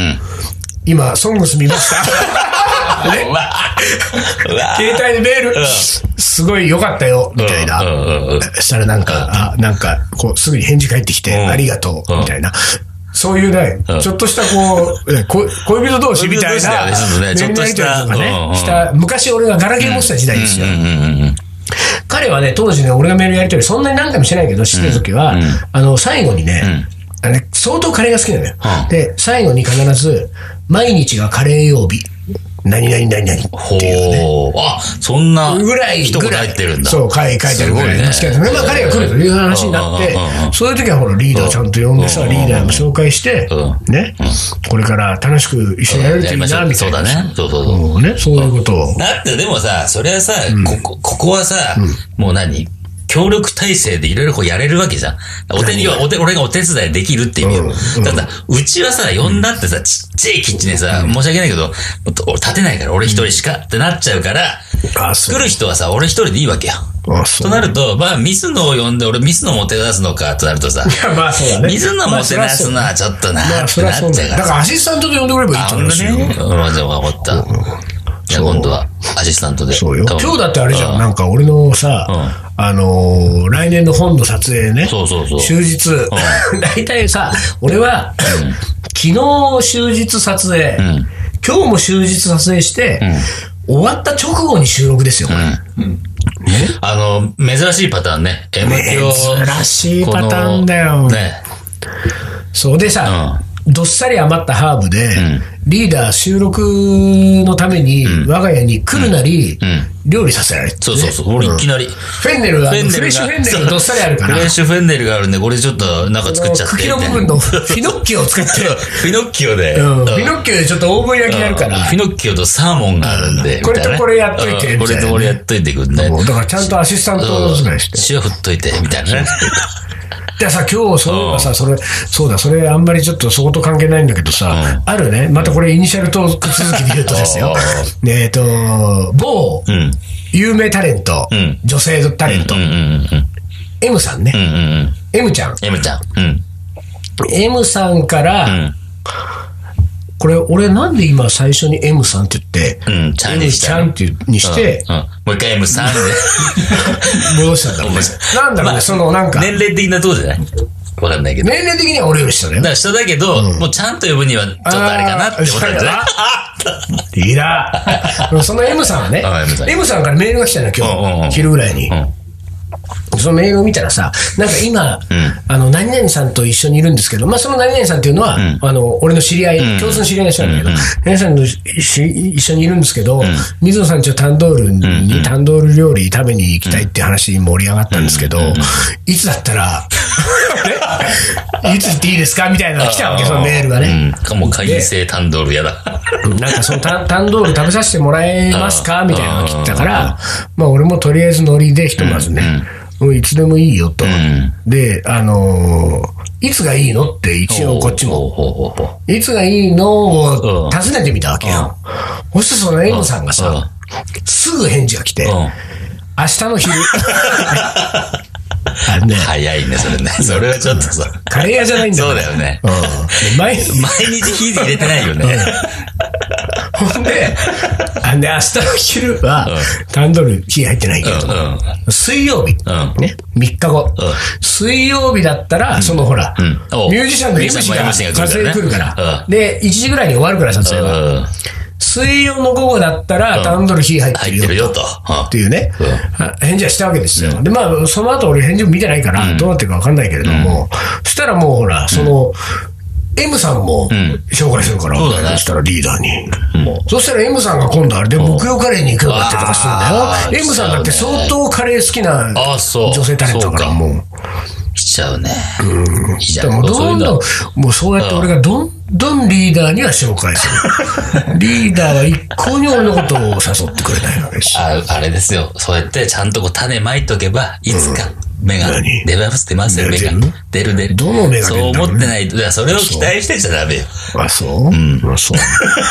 Speaker 1: 今、ソングス見ま した。 ね
Speaker 2: うわうわ
Speaker 1: 携帯でメール、すごい良かったよ、みたいな。
Speaker 2: うんうんうんうん
Speaker 1: したらなんか、あ、なんか、こう、すぐに返事返ってきて、
Speaker 2: うん
Speaker 1: ありがとう、
Speaker 2: うん
Speaker 1: みたいな。そういうね、
Speaker 2: うん
Speaker 1: ちょっとしたこう、ねこ恋人同士みたいな、
Speaker 2: 恋人同士だよねちょっと
Speaker 1: 恋
Speaker 2: した
Speaker 1: 人同士とかね
Speaker 2: うんうん
Speaker 1: した昔俺がガラケー持ってた時代ですよ。
Speaker 2: うんうんうんうん。
Speaker 1: 彼はね、当時ね、俺がメールやり取り、そんなに何回もしてないけど、してるときは、あの、最後にね、あれ相当カレーが好きなのよ。
Speaker 2: うん
Speaker 1: で、最後に必ず、毎日がカレー曜日、何々何々
Speaker 2: ほう。あ、そんな、
Speaker 1: ぐらい、
Speaker 2: 一
Speaker 1: ぐ
Speaker 2: 言
Speaker 1: らい
Speaker 2: 入ってるんだ。
Speaker 1: そう、書い書いてあるぐらいなんですけど、ね、まあ彼が来るという話になっ
Speaker 2: うんうんうんう
Speaker 1: て、
Speaker 2: ん
Speaker 1: そういう時はほら、リーダーちゃんと呼んでさ、
Speaker 2: うん
Speaker 1: リーダーも紹介して
Speaker 2: う、
Speaker 1: ね、これから楽しく一緒にやれると
Speaker 2: や
Speaker 1: い
Speaker 2: り
Speaker 1: い
Speaker 2: ましょ
Speaker 1: な、
Speaker 2: う。
Speaker 1: みた
Speaker 2: そ
Speaker 1: いう
Speaker 2: だ
Speaker 1: な。
Speaker 2: ね。そうそうそう。
Speaker 1: そうね、そういうことを。
Speaker 2: だってでもさ、それはさ、ここ、ここはさ、もう何協力体制でいろいろこうやれるわけじゃん。お手には、お手、俺がお手伝いできるって意味よ。ただ、うちはさ、呼んだってさ、ちっちゃいキッチンでさ、申し訳ないけど、もっと俺立てないから、俺一人しかってなっちゃうから、
Speaker 1: あ、そ
Speaker 2: 来
Speaker 1: う。
Speaker 2: る人はさ、俺一人でいいわけよ。
Speaker 1: あ、そ
Speaker 2: と
Speaker 1: う。
Speaker 2: なると、まあ、ミスノを呼んで、俺ミスノも手出すのか、となるとさ、
Speaker 1: いやまあそう だね。
Speaker 2: 水野もてなすのはちょっとな
Speaker 1: まあ、
Speaker 2: ーっ
Speaker 1: そ
Speaker 2: て
Speaker 1: りゃ
Speaker 2: な
Speaker 1: そう
Speaker 2: っち
Speaker 1: だ
Speaker 2: ゃう
Speaker 1: よ。だ
Speaker 2: から
Speaker 1: か
Speaker 2: さ。
Speaker 1: らアシスタントで呼んでくればいい
Speaker 2: あ、
Speaker 1: と
Speaker 2: ほ
Speaker 1: 思
Speaker 2: ん
Speaker 1: う
Speaker 2: と
Speaker 1: し。
Speaker 2: ね。うん、まあじゃあ分かった。じゃあ今度はアシスタントで。
Speaker 1: そうよ。
Speaker 2: 多分
Speaker 1: 今日だってあれじゃ。
Speaker 2: うん
Speaker 1: なんか俺のさ、あのー来年の本の撮影ね。
Speaker 2: そうそうそう
Speaker 1: 終日。大体さ、俺は、昨日終日撮影、今日も終日撮影して、終わった直後に収録ですよ、これ
Speaker 2: あの、珍しいパターンね。M 響。
Speaker 1: 珍しいパターンだよ
Speaker 2: このね。
Speaker 1: そうでさ、どっさり余ったハーブで、リーダー収録のために、我が家に来るなり、料理させられて、ね。
Speaker 2: そうそうそう。俺いきなり。
Speaker 1: フェンネルが、フレッシュフェンネルがどっさりあるから。
Speaker 2: フレッシュフェンネルがあるんで、これちょっとなんか作っちゃってみ
Speaker 1: 茎
Speaker 2: たい
Speaker 1: の
Speaker 2: な。
Speaker 1: 部分のフィノッキオを使 って。
Speaker 2: フィノッキオで。
Speaker 1: うん
Speaker 2: うん
Speaker 1: フィノッキオでちょっと大盛り焼きやるから。
Speaker 2: フィノッキオとサーモンがあるんで。
Speaker 1: うんこれと
Speaker 2: みたいなね
Speaker 1: これやっといて
Speaker 2: う
Speaker 1: み
Speaker 2: んこ
Speaker 1: たいなね
Speaker 2: れとこれやっといてくんね。
Speaker 1: だからちゃんとアシスタント使いして。
Speaker 2: 塩振っといて、みたい なね。
Speaker 1: でさ、今日、そういえばさ、それ、そうだ、それあんまりちょっとそこと関係ないんだけどさ、あるね、またこれイニシャルと続きで言うとですよ。ねえっと、某
Speaker 2: うん。うん
Speaker 1: 有名タレント
Speaker 2: ん、
Speaker 1: 女性タレント
Speaker 2: う、んうんうん。
Speaker 1: M さんね
Speaker 2: う、んうんうん。
Speaker 1: M ちゃん。
Speaker 2: エムちゃん。うん。
Speaker 1: M さんから、これ、俺なんで今最初に M さんって言って、
Speaker 2: うん。うん。ちゃん
Speaker 1: M
Speaker 2: にし
Speaker 1: ち
Speaker 2: た
Speaker 1: ゃんって言うにして、
Speaker 2: うん。もう一回 M3
Speaker 1: 戻したん だろうねなんだろう
Speaker 2: ま
Speaker 1: ね、
Speaker 2: あ
Speaker 1: そのなん
Speaker 2: で。
Speaker 1: か、
Speaker 2: 年齢的なとこじゃないわかんないけど。
Speaker 1: 年齢的には俺より下だよ
Speaker 2: だか。ら下だけど、もうちゃんと呼ぶにはちょっとあれかなって思ったんじゃない
Speaker 1: リーダー。その M さんはね
Speaker 2: あ M さ、ん
Speaker 1: M さんからメールが来たのよ、
Speaker 2: うんうんう
Speaker 1: 今
Speaker 2: ん
Speaker 1: 日、昼ぐらいに
Speaker 2: う。ん
Speaker 1: そのメールを見たらさ、なんか今、あの、何々さんと一緒にいるんですけど、まあ、その何々さんっていうのは、あの、俺の知り合い、共通の知り合いの人なんだけど、何々さんと一緒一緒にいるんですけど、水野さんちのタンドールにタンドール料理食べに行きたいって話に盛り上がったんですけど、いつだったら、 ねいつ行っていいですかみたいなのが来たわけ、そのメールがね。
Speaker 2: うん。もう会員制タンドールやだ。
Speaker 1: なんかそのタンタンドール食べさせてもらえますか
Speaker 2: うん
Speaker 1: みたいなのが来たから、まあ俺もとりあえずノリでひとまずね、もういつでもいいよと。で、あのーいつがいいのって一応こっちも、
Speaker 2: ほうほうほうほう。
Speaker 1: いつがいいのを
Speaker 2: うん
Speaker 1: 尋ねてみたわけよ。そしてそのエムさんが
Speaker 2: うん
Speaker 1: さ、すぐ返事が来て、
Speaker 2: うん
Speaker 1: 明日の 昼。あのね、
Speaker 2: 早いね、それね。それはちょっとさ。
Speaker 1: カレー屋じゃないんだ
Speaker 2: そう
Speaker 1: よ。
Speaker 2: だよね
Speaker 1: う。ん。で毎日
Speaker 2: 毎日火入れてないよね。
Speaker 1: ほんで、あのね、明日の昼は、タンドル火入ってないけど、
Speaker 2: うんうん。
Speaker 1: 水曜日、
Speaker 2: ん
Speaker 1: ね、3日後、水曜日だったら、そのほら、
Speaker 2: んお
Speaker 1: ミュージシャンの MC
Speaker 2: ミュ
Speaker 1: が
Speaker 2: ージシャンの MC が
Speaker 1: 撮
Speaker 2: 来
Speaker 1: 影
Speaker 2: るからね
Speaker 1: 来るから、
Speaker 2: う
Speaker 1: で、1時ぐらいに終わるから、撮影は。
Speaker 2: うん。
Speaker 1: 水曜の午後だったら、タンドル火入って
Speaker 2: 入
Speaker 1: る
Speaker 2: っ
Speaker 1: よ
Speaker 2: てるよと。
Speaker 1: っていうね、あ返事はしたわけですよ。で、まあ、その後俺返事も見てないから、どうなってるかわかんないけれども、そしたらもうほら、その、M さんも紹介するから、
Speaker 2: そうだね
Speaker 1: そしたらリーダーに。そしたら M さんが今度あれで木曜カレーに行くようになってとかするんだ
Speaker 2: うん
Speaker 1: よ。M さんだって
Speaker 2: そう
Speaker 1: 相当カレー好きな
Speaker 2: あそう
Speaker 1: 女性タレントだから、
Speaker 2: そうか
Speaker 1: もう。
Speaker 2: うん。来ちゃうね。いいじゃ
Speaker 1: でも
Speaker 2: ん。そう
Speaker 1: ど
Speaker 2: いうんの
Speaker 1: どん、もうそうやって俺がどんどんリーダーには紹 介する。リーダーは一向に俺のことを誘ってくれないわけです。
Speaker 2: ああれですよ。そうやってちゃんとこう種まいとけば、いつか芽が
Speaker 1: 何
Speaker 2: 出ます、出ますよ、
Speaker 1: 出
Speaker 2: 芽
Speaker 1: て
Speaker 2: が
Speaker 1: る。
Speaker 2: 出る出る。
Speaker 1: どの芽が出
Speaker 2: そ
Speaker 1: る
Speaker 2: うん
Speaker 1: だろうね
Speaker 2: 思ってないと。いやそれを期待してちゃダメよ。
Speaker 1: あ、そううん、そう。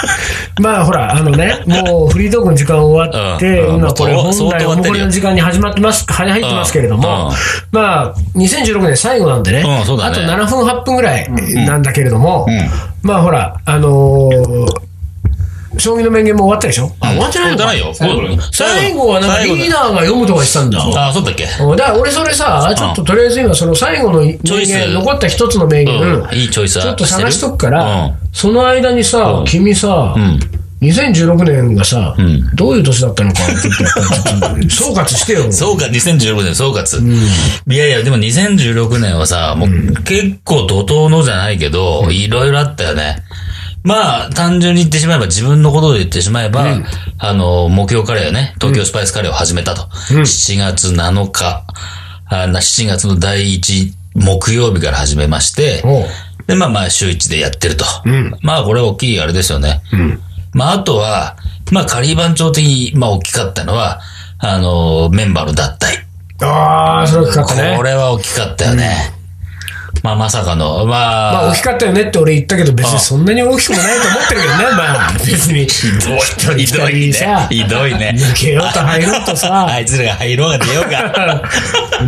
Speaker 1: まあ、ほら、あのね、もうフリートークの時間終わって、
Speaker 2: うんうん
Speaker 1: 今これ
Speaker 2: もう
Speaker 1: 本
Speaker 2: 相当
Speaker 1: 来
Speaker 2: 終
Speaker 1: お
Speaker 2: わってる
Speaker 1: 残
Speaker 2: よ
Speaker 1: りの時間に始まってます、は入ってますけれども、
Speaker 2: うん
Speaker 1: まあ、2016年最後なんでね、
Speaker 2: うんそうだ
Speaker 1: あ
Speaker 2: ね
Speaker 1: と7分8分ぐらいなんだけれども、まあ、ほら、あのー将棋の面言も終わったでしょあ、終わってないのか
Speaker 2: 終わってないよ
Speaker 1: 最後はなんか
Speaker 2: 最後だ
Speaker 1: リーダーが読むとかしたんだ。
Speaker 2: あ、そうだっけ
Speaker 1: うんだから俺それさ、ちょっととりあえず今その最後の名
Speaker 2: チョイ
Speaker 1: 言、
Speaker 2: ス
Speaker 1: 残った一つの名言、
Speaker 2: うん。いいチョイスは
Speaker 1: ちょっと探しとくか
Speaker 2: うん
Speaker 1: ら、その間にさ、君さ、2016年がさ、どういう年だったのか、ちょっとやっぱ りちょっと総括してよ。
Speaker 2: そうか、2016年、総括。いやいや、でも2016年はさ、もう結構怒涛のじゃないけど、いろいろあったよね。まあ、単純に言ってしまえば、自分のことで言ってしまえば、あの、木曜カレーをね、東京スパイスカレーを始めたと。7月7日、あな7月の第1木曜日から始めまして、
Speaker 1: おう
Speaker 2: で、まあまあ、週1でやってると。まあ、これ大きいあれですよね。まあ、あとは、まあ、カリー番長的に、まあ、大きかったのは、あの、メンバーの脱退。
Speaker 1: ああ、それ大きかったね
Speaker 2: こ。れは大きかったよね。まあ、まさかの、まあ、
Speaker 1: まあ、大きかったよねって俺言ったけど、別にそんなに大きくもないと思ってるけ どね、まあ、別に。
Speaker 2: ひどい、ひどい
Speaker 1: 二人さ
Speaker 2: ね。ひどいね。
Speaker 1: 抜けようと入ろうとさ、
Speaker 2: あいつらが入ろうが 出ようが。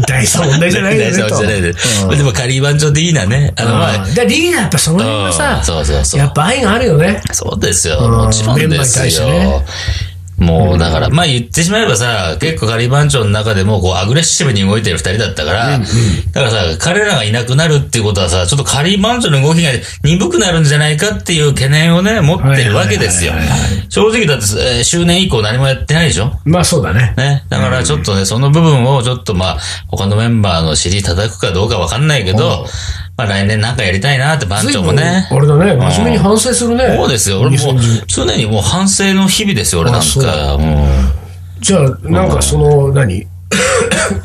Speaker 1: 大した問題じゃないよね
Speaker 2: 大し
Speaker 1: と
Speaker 2: たことじゃないで。でも、カリー番長っていいなね。あの、まあ
Speaker 1: うんで、リーダーやっぱその辺
Speaker 2: う
Speaker 1: は
Speaker 2: ん
Speaker 1: さ、
Speaker 2: そうそうそう
Speaker 1: や。っぱ愛があるよね。
Speaker 2: そうですよ。
Speaker 1: うん
Speaker 2: もちろん
Speaker 1: メン
Speaker 2: で
Speaker 1: バーに対し
Speaker 2: す
Speaker 1: て
Speaker 2: よ。
Speaker 1: ね
Speaker 2: もうだから、まあ言ってしまえばさ、結構仮番長の中でもこうアグレッシブに動いてる二人だったから、だからさ、彼らがいなくなるっていうことはさ、ちょっと仮番長の動きが鈍くなるんじゃないかっていう懸念をね、持ってるわけですよ
Speaker 1: はいはいはい。
Speaker 2: 正直だって、えー周年以降何もやってないでしょ
Speaker 1: まあ、そうだね。
Speaker 2: ね。だからちょっとね、その部分をちょっとまあ、他のメンバーの尻叩くかどうかわかんないけど、ままあ来年なんかやりたいなって番長もね。
Speaker 1: あれだね、真面目に反省するね。
Speaker 2: そうですよ。俺もう
Speaker 1: 2010
Speaker 2: 常にもう反省の日々ですよ、俺なん
Speaker 1: あそう
Speaker 2: か。も
Speaker 1: じゃあ、なんかその、何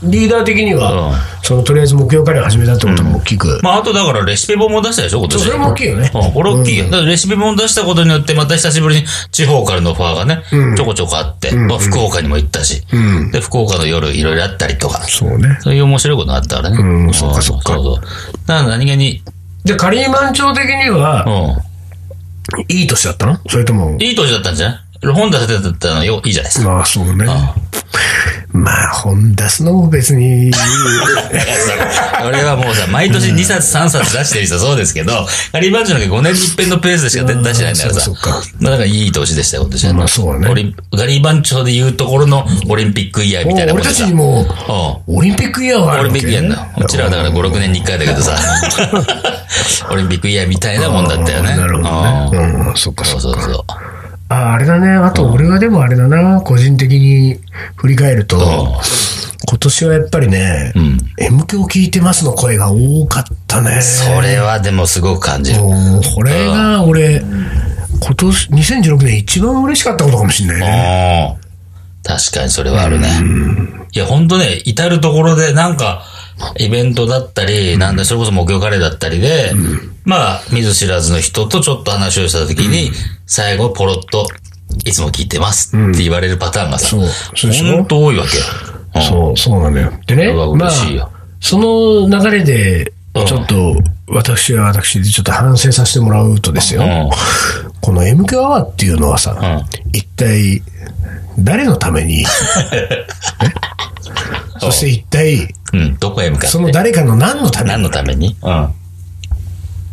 Speaker 1: リーダー的には、
Speaker 2: うん
Speaker 1: そのとりあえず目標から始めたってことも大きく、
Speaker 2: うまああとだからレシピ本も出したでしょ、今
Speaker 1: そう
Speaker 2: 年。
Speaker 1: それも大きいよね。
Speaker 2: うん、これ大きいよ。だからレシピ本出したことによって、また久しぶりに地方からのオファーがね、ちょこちょこあって、まあ、福岡にも行ったし、で、福岡の夜いろいろあったりとか、
Speaker 1: そうね。
Speaker 2: そういう面白いことがあったからね。
Speaker 1: うんそっかそっか
Speaker 2: そうそう。だから何気に、
Speaker 1: で、カリーマン長的には、
Speaker 2: う
Speaker 1: いい年だったのそれとも
Speaker 2: ん。、いい年だったんじゃない本出せてたのよ、いいじゃないですか。
Speaker 1: まあそうね。まあ、本出すのも別に、
Speaker 2: 俺はもうさ、毎年2冊3冊出してる人はそうですけど、カリーバンジョなんか5年に一遍のペースでしか出出してないんだからさ
Speaker 1: うんそうか。
Speaker 2: まあだからいい年でしたよ、今年は。
Speaker 1: まあそうだね
Speaker 2: オリンガリーバン長で言うところのオリンピックイ ヤーみたいな
Speaker 1: 俺
Speaker 2: こと
Speaker 1: た
Speaker 2: で
Speaker 1: ち
Speaker 2: さ。
Speaker 1: にも、
Speaker 2: う
Speaker 1: オリンピックイヤーはあ
Speaker 2: ん。オ
Speaker 1: る
Speaker 2: リ
Speaker 1: わ
Speaker 2: ンピッ
Speaker 1: け
Speaker 2: クイヤーだ。こちらはだから5、6年に1回だけどさ、 オリンピックイヤーみたいなもんだったよね。
Speaker 1: なるほど
Speaker 2: うん
Speaker 1: ね。うん、そっかそ
Speaker 2: そう
Speaker 1: っか。
Speaker 2: そうそう。
Speaker 1: あ、あれだね。あと、俺はでもあれだな。個人的に振り返ると、今年はやっぱりね、M 響聞いてますの声が多かったね。
Speaker 2: それはでもすごく感じる。
Speaker 1: もうこれが俺、今年、2016年一番嬉しかったことかもしれないね。
Speaker 2: ああ確かにそれはあるね。いや、ほんとね、至るところでなんか、イベントだったり、なんだ、それこそ木曜カレーだったりで、まあ、見ず知らずの人とちょっと話をしたときに、最後ポロッと、いつも聞いてますって言われるパターンがさ、
Speaker 1: そうそうでしょ
Speaker 2: ほんと多いわけよ。うん
Speaker 1: そう、そうなんだよ。でね、
Speaker 2: うわ
Speaker 1: まあ
Speaker 2: 嬉しいよ、
Speaker 1: その流れで、
Speaker 2: うん
Speaker 1: ちょっと、私は私でちょっと反省させてもらうとですよ、
Speaker 2: うん
Speaker 1: この MQ アワーっていうのはさ、
Speaker 2: う
Speaker 1: 一体、誰のため に、ねそして一体、
Speaker 2: うん、どこへ向かって
Speaker 1: そ。の誰かの何のため
Speaker 2: 何
Speaker 1: に
Speaker 2: のためにうん。あ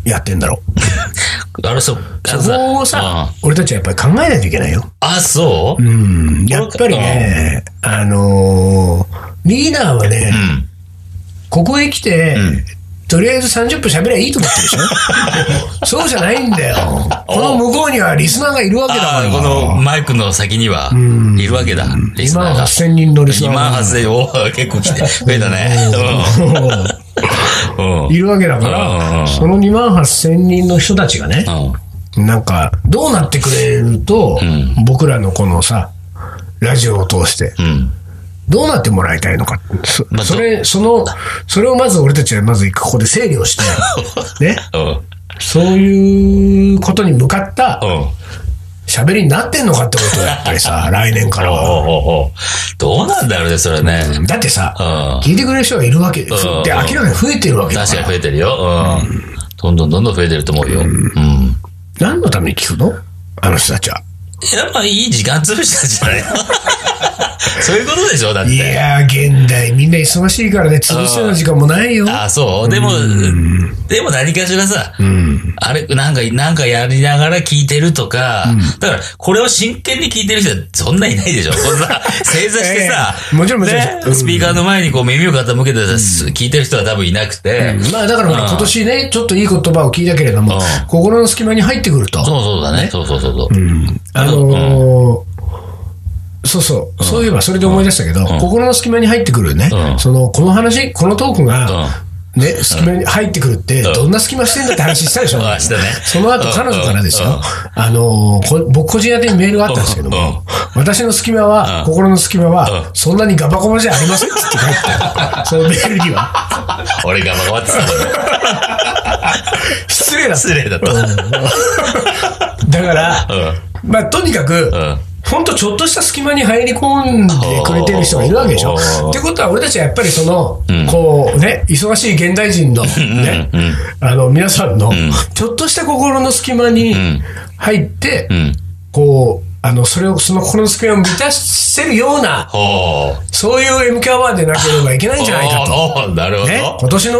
Speaker 1: やってんだろ
Speaker 2: れ、そう、あ
Speaker 1: う。
Speaker 2: の
Speaker 1: そこをさ、
Speaker 2: うん
Speaker 1: 俺たちはやっぱり考えないといけないよ。
Speaker 2: あ、そう
Speaker 1: う
Speaker 2: うん。
Speaker 1: ん、やっぱりね、あのーリーダーはね、ここへ来て、とりあえず30分喋りゃいいと思ってるでし ょそうじゃないんだよ。この向こうにはリスナーがいるわけだか
Speaker 2: あ
Speaker 1: ら。
Speaker 2: あ、このマイクの先には、いるわけだ。リス
Speaker 1: 2
Speaker 2: ナ
Speaker 1: 万
Speaker 2: ーが。
Speaker 1: 8000人のリスナ
Speaker 2: 2
Speaker 1: ー
Speaker 2: 万
Speaker 1: が。
Speaker 2: 8000を結構来て、増えたね。うん。うん。
Speaker 1: いるわけだか
Speaker 2: うんうんう
Speaker 1: ら、
Speaker 2: ん
Speaker 1: その2万8000人の人たちがね、
Speaker 2: う
Speaker 1: なんか、どうなってくれると、僕らのこのさ、ラジオを通して、
Speaker 2: ん。
Speaker 1: どうなってもらいたいのか。そ
Speaker 2: まあ
Speaker 1: それ、その、それをまず俺たちはまずここで整理を して、ね、
Speaker 2: うん。うん。
Speaker 1: そういうことに向かった喋りになってんのかってことだやっぱりさ、来年から
Speaker 2: おう
Speaker 1: は。
Speaker 2: おうおうどうなんだろうね、それね。
Speaker 1: だってさ
Speaker 2: うん、
Speaker 1: 聞いてくれる人がいるわけで、
Speaker 2: ん
Speaker 1: で明らかに増えてるわけだ
Speaker 2: 確
Speaker 1: か
Speaker 2: からに増えてるよ。うん。どんどんどんどん増えてると思うよ。うん。
Speaker 1: 何のために聞くのあの人たちは。
Speaker 2: やっぱいい時間潰したんじゃない そういうことでしょ、だっ
Speaker 1: い
Speaker 2: て。
Speaker 1: やー、現代みんな忙しいからね、潰すような時間もないよ。
Speaker 2: ああ、そう。でも、でも何かしらさ、あれ、なんか、なんかやりながら聞いてるとか、だから、これを真剣に聞いてる人はそんないないでしょ。こ れさ、正座してさ、
Speaker 1: ええもちろんもちろん
Speaker 2: ね
Speaker 1: うん
Speaker 2: スピーカーの前にこう耳を傾けてさ、す聞いてる人は多分いなくて、
Speaker 1: まあだからほら今年ね、ちょっといい言葉を聞いたけれども
Speaker 2: うん、
Speaker 1: 心の隙間に入ってくると、
Speaker 2: そうそうだね。そうそうそうそう。
Speaker 1: あのーそうそう、そういえばそれで思い出したけど、心の隙間に入ってくるね、
Speaker 2: うん
Speaker 1: その、この話、このトークが、ね、隙間に入ってくるって、
Speaker 2: ん
Speaker 1: どんな隙間してんだって話したでしょ、
Speaker 2: あしたね
Speaker 1: その後
Speaker 2: うん
Speaker 1: 彼女からですよ、
Speaker 2: うん
Speaker 1: あのーこ僕個人宛てにメールがあったんですけども、
Speaker 2: うん
Speaker 1: 私の隙間は、
Speaker 2: うん
Speaker 1: 心の隙間は、
Speaker 2: う
Speaker 1: そんなにガバコバじゃありませんって書いてあ るそのメールには。
Speaker 2: 俺が回ってたもん ね
Speaker 1: 失礼だ
Speaker 2: 失礼だと。う
Speaker 1: だから、
Speaker 2: ん。
Speaker 1: まあ、とにかく、
Speaker 2: ん
Speaker 1: ほんとちょっとした隙間に入り込んでくれてる人がいるわけでしょ
Speaker 2: お。ー
Speaker 1: ってことは、俺たちはやっぱりその、こうね、忙しい現代人のね、あの、皆さんの、ちょっとした心の隙間に入って、
Speaker 2: うん。
Speaker 1: こう、あの、それを、その心の隙間を満たせるような、
Speaker 2: ほう。
Speaker 1: そういう MQ アワーでなければいけないんじゃないかと。
Speaker 2: おーなるほど。
Speaker 1: ね、今年の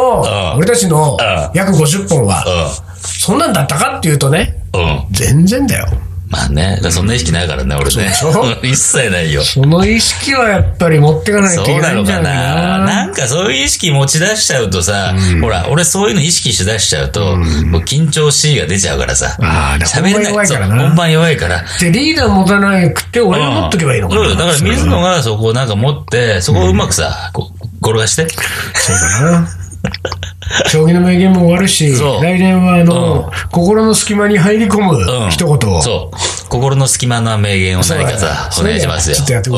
Speaker 2: ん、
Speaker 1: 俺たちの約50本は、
Speaker 2: う
Speaker 1: そんなんだったかっていうとね、
Speaker 2: ん。うん。
Speaker 1: 全然だよ。
Speaker 2: まあね、だからそんな意識ないからね、俺ね
Speaker 1: そうで。
Speaker 2: 一切ないよ。
Speaker 1: その意識はやっぱり持ってかないとい
Speaker 2: そう
Speaker 1: け
Speaker 2: な
Speaker 1: ない
Speaker 2: の
Speaker 1: んじ
Speaker 2: か
Speaker 1: ゃない
Speaker 2: な
Speaker 1: かな。
Speaker 2: なんかそういう意識持ち出しちゃうとさ、ほら、俺そういうの意識し出しちゃうと、もう緊張 C が出ちゃうからさ。
Speaker 1: あーだから
Speaker 2: 喋れ
Speaker 1: 本番弱
Speaker 2: ないい。そう
Speaker 1: からな
Speaker 2: 本番弱いから。
Speaker 1: で、リーダー持たなくて、俺が持っとけばいいのかな。
Speaker 2: うんそうだから水野がそこをなんか持って、そこをうまくさ、こう、転がして。
Speaker 1: そうだな。将棋の名言も終わるし、
Speaker 2: そう
Speaker 1: 来年はあの、心の隙間に入り込む
Speaker 2: うん
Speaker 1: 一言を。
Speaker 2: そう。心の隙間の名言を何かさ、お
Speaker 1: そうだ
Speaker 2: 願いしますよ。
Speaker 1: それでちょっとやって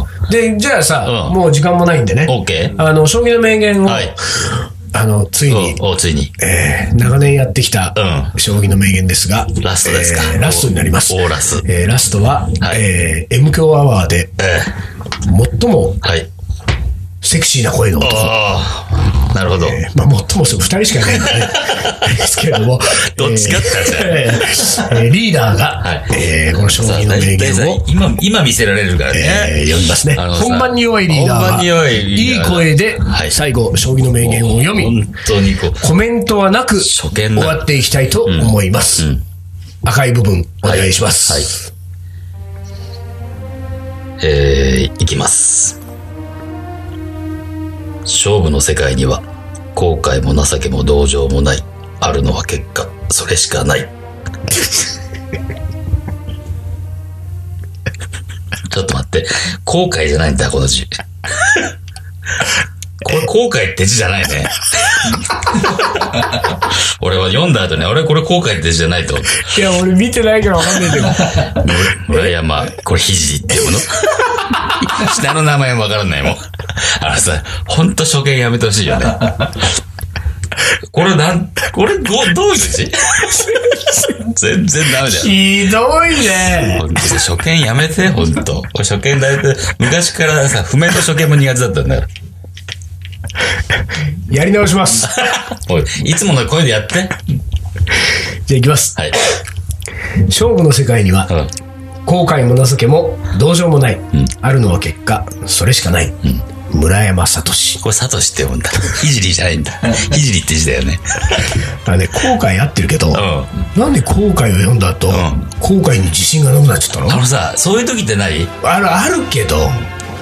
Speaker 1: こうで、じゃあさ、
Speaker 2: うん
Speaker 1: もう時間もないんでね。
Speaker 2: オッケー
Speaker 1: あの、将棋の名言を、
Speaker 2: はい
Speaker 1: あの、ついに、
Speaker 2: おおついに。
Speaker 1: えー長年やってきた、
Speaker 2: う
Speaker 1: 将棋の名言ですが、
Speaker 2: ラストですか
Speaker 1: えーラストになります。
Speaker 2: おおラス
Speaker 1: えーラストは、
Speaker 2: はい
Speaker 1: えー M 強アワーで、
Speaker 2: え
Speaker 1: 最も
Speaker 2: えはい。
Speaker 1: セクシーな声の男。
Speaker 2: ああ、なるほど。
Speaker 1: えーまあ、最もそう、二人しかいないんで ね。ですけれども。
Speaker 2: どっちかって話だ
Speaker 1: えーえーリーダーが、
Speaker 2: はい
Speaker 1: えーこの将棋の名
Speaker 2: 大
Speaker 1: 言
Speaker 2: 体
Speaker 1: を
Speaker 2: さ、今、今見せられるから
Speaker 1: えー
Speaker 2: ね。
Speaker 1: 読みますね。
Speaker 2: あのさ
Speaker 1: 本番に弱いリーダーは、
Speaker 2: 本番に弱いリーダー
Speaker 1: いい
Speaker 2: が
Speaker 1: 声で、
Speaker 2: はい
Speaker 1: 最後、将棋の名言を読み、
Speaker 2: 本当にこう、
Speaker 1: コメントはなく、終
Speaker 2: 初見だ
Speaker 1: わっていきたいと思います。
Speaker 2: うん
Speaker 1: 赤い部分、お願いします。
Speaker 2: えー、いきます。勝負の世界には、後悔も情けも同情もない。あるのは結果、それしかない。 ちょっと待って。後悔じゃないんだ、この字。これ、後悔って字じゃないね。 俺は読んだ後ね、俺これ後悔って字じゃないと思った。
Speaker 1: いや、俺見てないからわかんないけど。
Speaker 2: 村山、これ肘って読むの下の名前もわからないもん。あのさ、ほんと初見やめてほしいよね。これなん、これどう、どういう字全然ダメだ よ。
Speaker 1: ひどいね。
Speaker 2: 本当初見やめて、ほんと。これ初見だいたい、昔からさ、譜面と初見も苦手だったんだから。
Speaker 1: やり直します。
Speaker 2: おい、いつもの声でやって。
Speaker 1: じゃあいきます。
Speaker 2: はい。
Speaker 1: 勝負の世界には、
Speaker 2: うん
Speaker 1: 後悔も情けも同情もない、あるのは結果それしかない、村山聡
Speaker 2: これ、サトシって読むんだ。ひじりじゃないんだ。ひじりって字だよね。
Speaker 1: あれね後悔合ってるけど、
Speaker 2: うん。
Speaker 1: なんで後悔を読んだ後、後悔に自信がなくなっちゃったの
Speaker 2: あのさ、そういう時って何ね、
Speaker 1: あるあるけど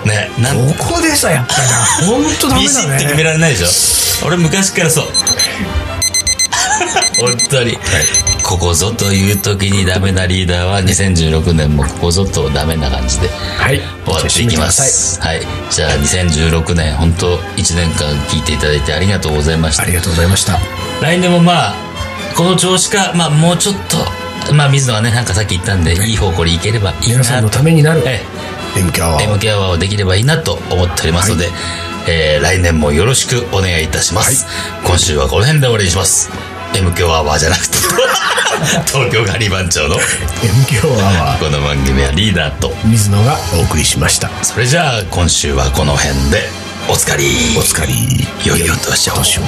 Speaker 2: なん
Speaker 1: ここでさやっぱりな本当ダメ
Speaker 2: ビシッて
Speaker 1: だ
Speaker 2: 決め
Speaker 1: ね
Speaker 2: られないでしょ俺昔か らそう本当に、ここぞという時にダメなリーダーは2016年もここぞとダメな感じで
Speaker 1: はい
Speaker 2: 終わっていきますはいじゃあ2016年本当1年間聞いていただいてありがとうございまし
Speaker 1: あ
Speaker 2: た
Speaker 1: りがとうございました
Speaker 2: 来年もまあこの調子かまあもうちょっとまあ水野はねなんかさっき言ったんでいい方向に行ければいいな
Speaker 1: 皆
Speaker 2: と
Speaker 1: さんのためになる
Speaker 2: ええ
Speaker 1: MK は
Speaker 2: MK アワーをできればいいなと思っておりますので、えー来年もよろしくお願いいたします、今週はこの辺で終わりにします MK アワーじゃな くて東京ガリバン長の
Speaker 1: MK アワ
Speaker 2: この番組はリーダーと
Speaker 1: ー水野がお送りしました
Speaker 2: それじゃあ今週はこの辺でおつかり
Speaker 1: お疲れ
Speaker 2: いよいよ年を
Speaker 1: 年を